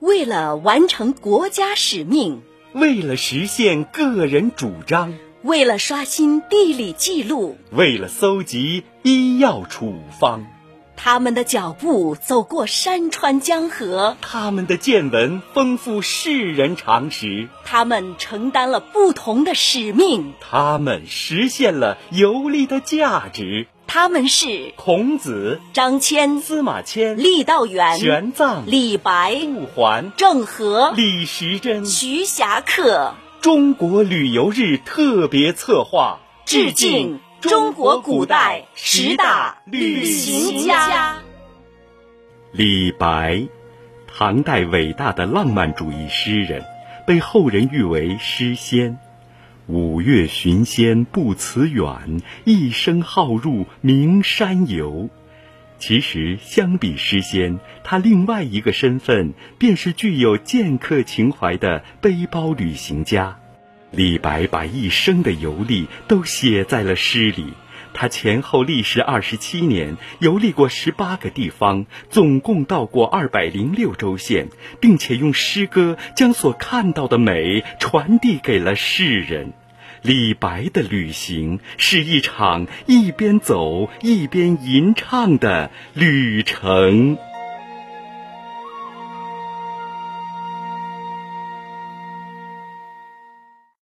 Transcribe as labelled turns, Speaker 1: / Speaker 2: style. Speaker 1: 为了完成国家使命，
Speaker 2: 为了实现个人主张，
Speaker 1: 为了刷新地理记录，
Speaker 2: 为了搜集医药处方，
Speaker 1: 他们的脚步走过山川江河，
Speaker 2: 他们的见闻丰富世人常识，
Speaker 1: 他们承担了不同的使命，
Speaker 2: 他们实现了游历的价值。
Speaker 1: 他们是
Speaker 2: 孔子、
Speaker 1: 张骞、
Speaker 2: 司马迁、
Speaker 1: 郦道元、
Speaker 2: 玄奘、
Speaker 1: 李白、
Speaker 2: 顾桓、
Speaker 1: 郑和、
Speaker 2: 李时珍。
Speaker 1: 徐霞客。
Speaker 2: 中国旅游日特别策划，
Speaker 1: 致敬中国古代十大旅行家。
Speaker 2: 李白，唐代伟大的浪漫主义诗人，被后人誉为诗仙。五岳寻仙不辞远，一生好入名山游。其实，相比诗仙，他另外一个身份便是具有剑客情怀的背包旅行家。李白把一生的游历都写在了诗里，他前后历时二十七年，游历过十八个地方，总共到过二百零六州县，并且用诗歌将所看到的美传递给了世人。李白的旅行是一场一边走一边吟唱的旅程。